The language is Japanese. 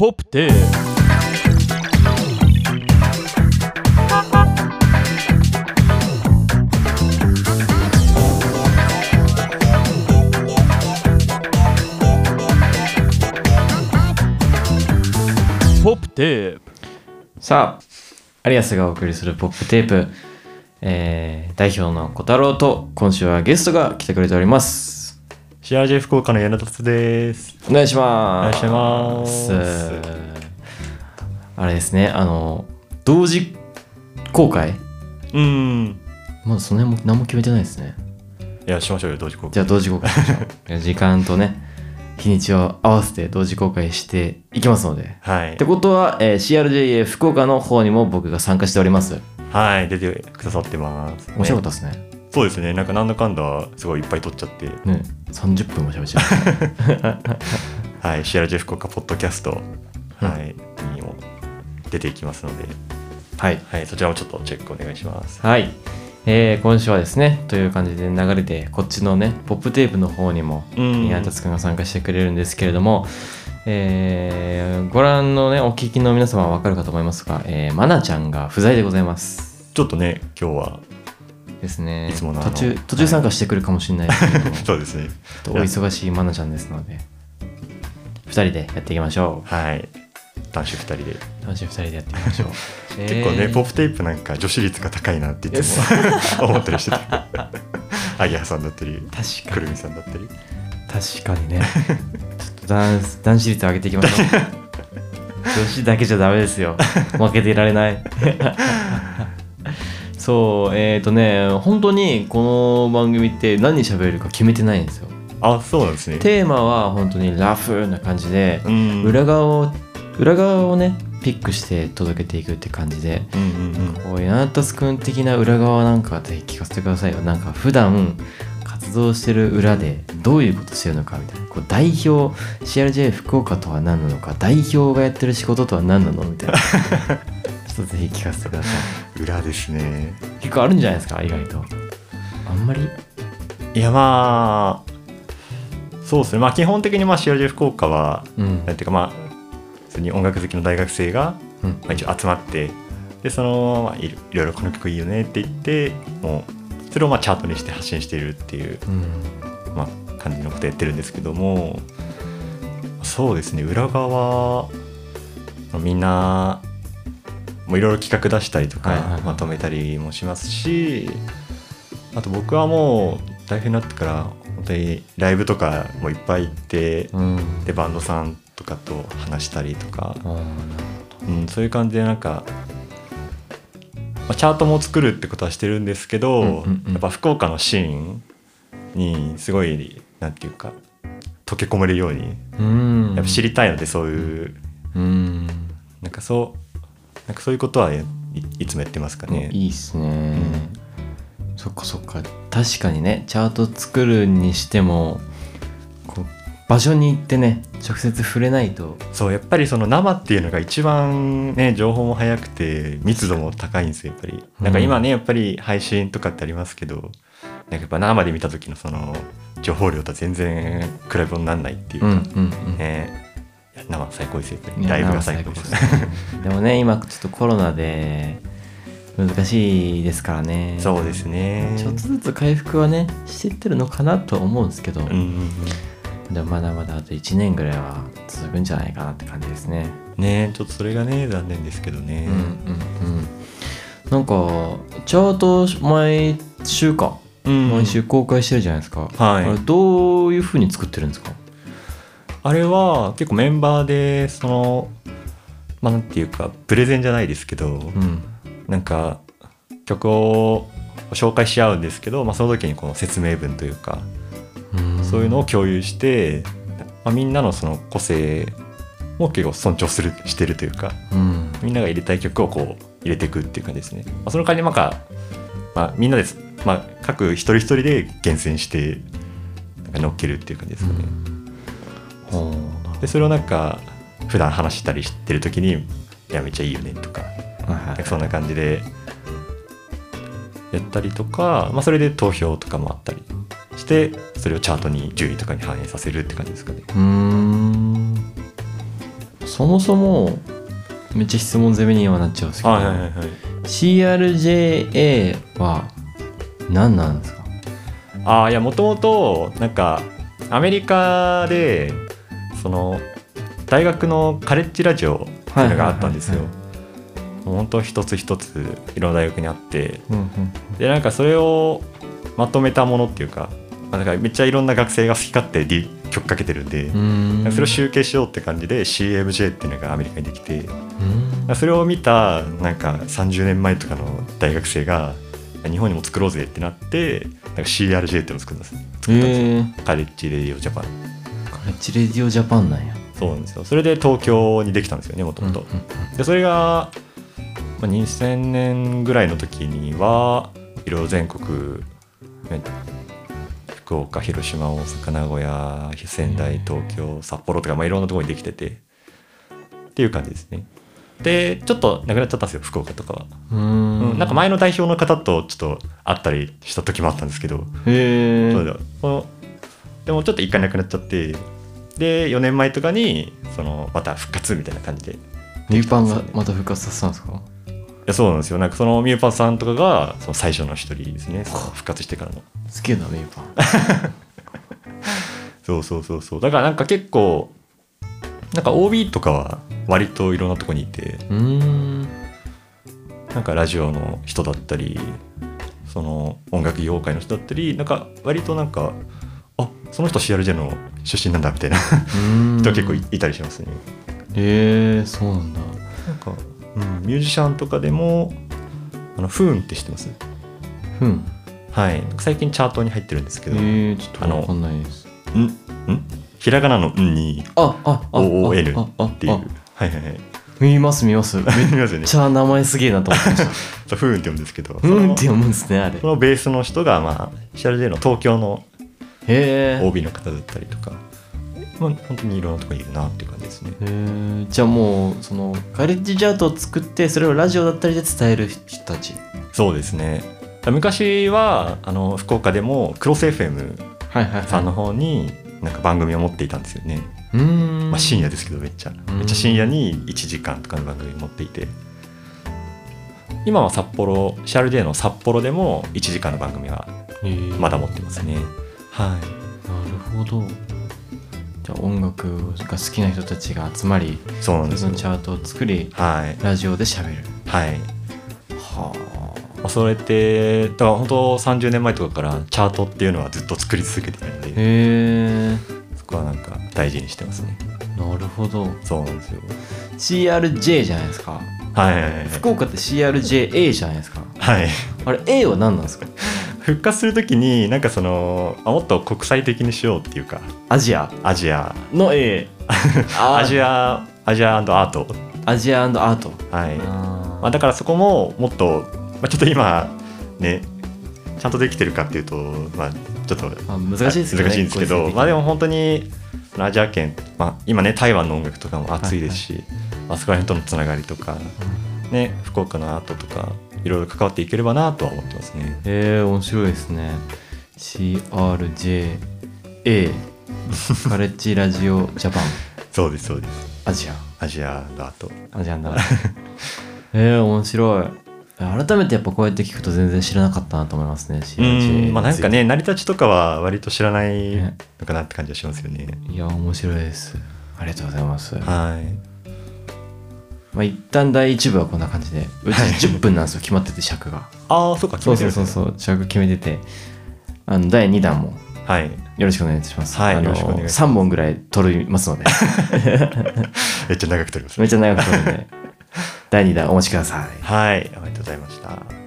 ポップテポップテープさあアリアスがお送りするポップテープ、えー代表の小太郎と今週はゲストが来てくれておりますシェア J 福岡の柳田達です。お願いしますお願いしますあれですねあの同時公開うん。まだその辺も何も決めてないですねいや、しましょうよ、同時公じ開。ゃあ同時公開しまし ょう時間とね日にちを合わせて同時公開していきますのではっいて。ことは、えー CRJA 福岡の方にも僕が参加しておりますはい、出てくださってます。面白かっったですねた。そうですね、なんかなんだかんだ、すごいいっぱい撮っちゃって。ね30分も喋っちゃうはい、シェア J 福岡ポッドキャスト。はい、にも出ていきますので。はいはい、そちらもちょっとチェックお願いします。はい、えー今週はですねという感じで流れてこっちのねポップテープの方にもうん宮達くんが参加してくれるんですけれども、えーご覧のねお聞きの皆様はわかるかと思いますが、えー、まなちゃんが不在でございますちょっとね、今日は。ですねいつものあ途の中途中参加してくるかもしれないですけど、ちょそうですね。っとお忙しいまなちゃんですので2人でやっていきまし ょはい。男子二人で。う楽しい2人でやっていきましょう結構ね、えーポップテープなんか女子率が高いなっていつも 思ったりしてた。アゲハさんだったり、確かくにるみさんだったり。確かにね ちょっと男子男子率上げていきましょう 女子だけじゃダメですよ負けていられない そうえっ、とね本当にこの番組って何喋るか決めてないんですよあ、そうなんですね。テーマは本当にラフな感じでうん裏側を裏側をねピックして届けていくって感じでうんうんうんこういうナータス君的な裏側なんかぜひ聞かせてくださいよなんか普段活動してる裏でどういうことしてるのかみたいなこう代表 CRJ 福岡とは何なのか代表がやってる仕事とは何なのみた いなちょっとぜひ聞かせてください裏ですね結構あるんじゃないですか意外とあんまりいやまあそうですねまあ基本的にまあ CRJ 福岡はうんなんていうかまあ普通に音楽好きの大学生が、うんまあ、一応集まってでその、まあ、いろいろいろこの曲いいよねって言ってもうそれをまあチャートにして発信しているっていう、うんまあ、感じのことやってるんですけどもそうですね裏側みんなもういろいろ企画出したりとはいはいはかいまとめたりもしますし、あと僕はもう代表になってから本当にライブとかもいっぱい行って、うんでバンドさんとかと話したりとか、あーなるうん、そういう感じでなんか、まあチャートも作るってことはしてるんですけど、うんうんうんやっぱ福岡のシーンにすごいなんていうか溶け込めるようにほどうんやっぱ知りたいのでそういううんなんかそうなんかそういうことはやいいつもやってますかね。いいっすね、そっかそっか確かにねチャート作るにしてもこう場所に行ってね直接触れないとそうやっぱりその生っていうのが一番ね情報も早くて密度も高いんですよやっぱりなんか今ねやっぱり配信とかってありますけどなんかやっぱ生で見た時のその情報量とは全然比べ物にならないっていうか、うんねいや生最高ですよやっぱりいやライブが最高です生は最高 ですねでもね今ちょっとコロナで難しいですからねそうです ねちょっとずつ回復はねしてってるのかなとは思うんですけど、うんうんでもまだまだあと1年ぐらいは続くんじゃないかなって感じですねうんねちょっとそれがね残念ですけどね、うんうんなんかチャート毎週かうん毎週公開してるじゃないですか、はいあれどういうふうに作ってるんですかあれは結構メンバーでそのまあなんていうかプレゼンじゃないですけど、うんなんか曲を紹介し合うんですけど、まあ、その時にこの説明文というかそういうのを共有して、まあ、みんなのその個性も結構尊重するしてるというかうんみんなが入れたい曲をこう入れていくっていう感じですね。まあ、その代わりになんか、まあ、みんなです、まあ、各一人一人で厳選してなんか乗っけるっていう感じですかね。ほでそれをなんか普段話したりしてる時に「いやめっちゃいいよね」とかうはいはいそんな感じでやったりとか、まあ、それで投票とかもあったりしてそれをチャートに順位とかに反映させるって感じですかね。うーんそもそもめっちゃ質問攻めにはなっちゃうんですけど、はいはいはいはい CRJA は何なんですかあーいやもともとなんかアメリカでその大学のカレッジラジオっていうのがあったんですよはいは。もう本当一つ一ついろんな大学にあってうんうんでなんかそれをまとめたものっていうかまあなんかめっちゃいろんな学生が好き勝手で曲かけてるんで、うんそれを集計しようって感じで CMJ っていうのがアメリカにできてうんそれを見たなんか30年前とかの大学生が日本にも作ろうぜってなってなんか CRJ っていうのを作るんですえー、カレッジ・レディオ・ジャパンカレッジレディオジャパンなんやそうなんですよそれで東京にできたんですよねもともとうんうんでそれがまあ2000年ぐらいの時にはいろいろ全国ね福岡広島大阪名古屋仙台東京札幌とか、まあ、いろんなところにできててっていう感じですねでちょっとなくなっちゃったんですよ福岡とかは、うーうんなんか前の代表の方とちょっと会ったりした時もあったんですけどへえそうだよそのでもちょっと一回なくなっちゃってで4年前とかにそのまた復活みたいな感じでいニューパンがまた復活させたんですかやそうなんですよなんかそのミューパンさんとかがその最初の一人ですねその復活してからのすげえなニューパンそうそうそうそうだからなんか結構なんか OB とかは割といろんなとこにいてうーんなんかラジオの人だったりその音楽業界の人だったりなんか割となんかあその人 CRJ の出身なんだみたいな人結構いいたりしますね、へえー、そうなんだなんか、うん、ミュージシャンとかでもあのフーンって知ってますうんはい最近チャートに入ってるんですけえど、ー、ちょっとあのわかんないですんんひらがなの「ん」にあああ OOL あああっていうはいはいはい見ます見ますめっ見ますよねちゃ名前すげえなと思ってましたそうフーンって読むんですけど そのうんって読むんですねあれへそのベースの人が、まあ、シャルジェの東京のえ OB の方だったりとか、まあ、本当にいろんなとこにいるなっていう感じですねへーじゃあもうそのカレッジチャートを作ってそれをラジオだったりで伝える人たちそうですね昔はあの福岡でもクロス FM はいはいさんいの方になんか番組を持っていたんですよねうーんまあ、深夜ですけどめっちゃんめっちゃ深夜に1時間とかの番組持っていて今は札幌シャルデーの札幌でも1時間の番組はへーまだ持ってますねはいなるほどじゃあ音楽が好きな人たちが集まりそうなんそでれすぞれのチよャートを作りはいラジオで喋るはいはまあそれってだから本当30年前とかからチャートっていうのはずっと作り続けてるのあでへえそこはなんか大事にしてますねなるほどそうなんですよ CRJ じゃないですかはいはいはい福岡って CRJA じゃないですかはい あれ A は何なんですか復活する時になんかそのあもっと国際的にしようっていうかアジアアジアの A あーアジアアジアアートアジアアートはいまああ、だからそこももっと、まあ、ちょっと今ねちゃんとできてるかっていうと、まあ、ちょっとまあ難しいですけどね難しいんですけ個人ど、的にまあ、でも本当にそのアジア圏、まあ、今ね台湾の音楽とかも熱いですし、まあ、そこら辺とのつながりとか、ね、福岡のアートとかいろいろ関わっていければなとは思ってますね。えー、面白いですね CRJA カレッジラジオジャパンそうですそうですアジアアジアのアートアジアンダー えー、面白い改めてやっぱこうやって聞くと全然知らなかったなと思いますねうん、 CRJ まあ、なんかね成り立ちとかは割と知らないのねかなって感じはしますよね。いや面白いですありがとうございます、まはいあ、一旦第一部はこんな感じでうち10分なんですよ決まってて尺がああそうか決そうめてそるうんですそねうそう尺決めててあの第2弾もはいよろしくお願いします。はいあよのろしくお願いします3本ぐらい撮りますので、めっちゃ長く撮りますね めっちゃ長く撮るんで、第2弾お待ちください。はい、ありがとうございました。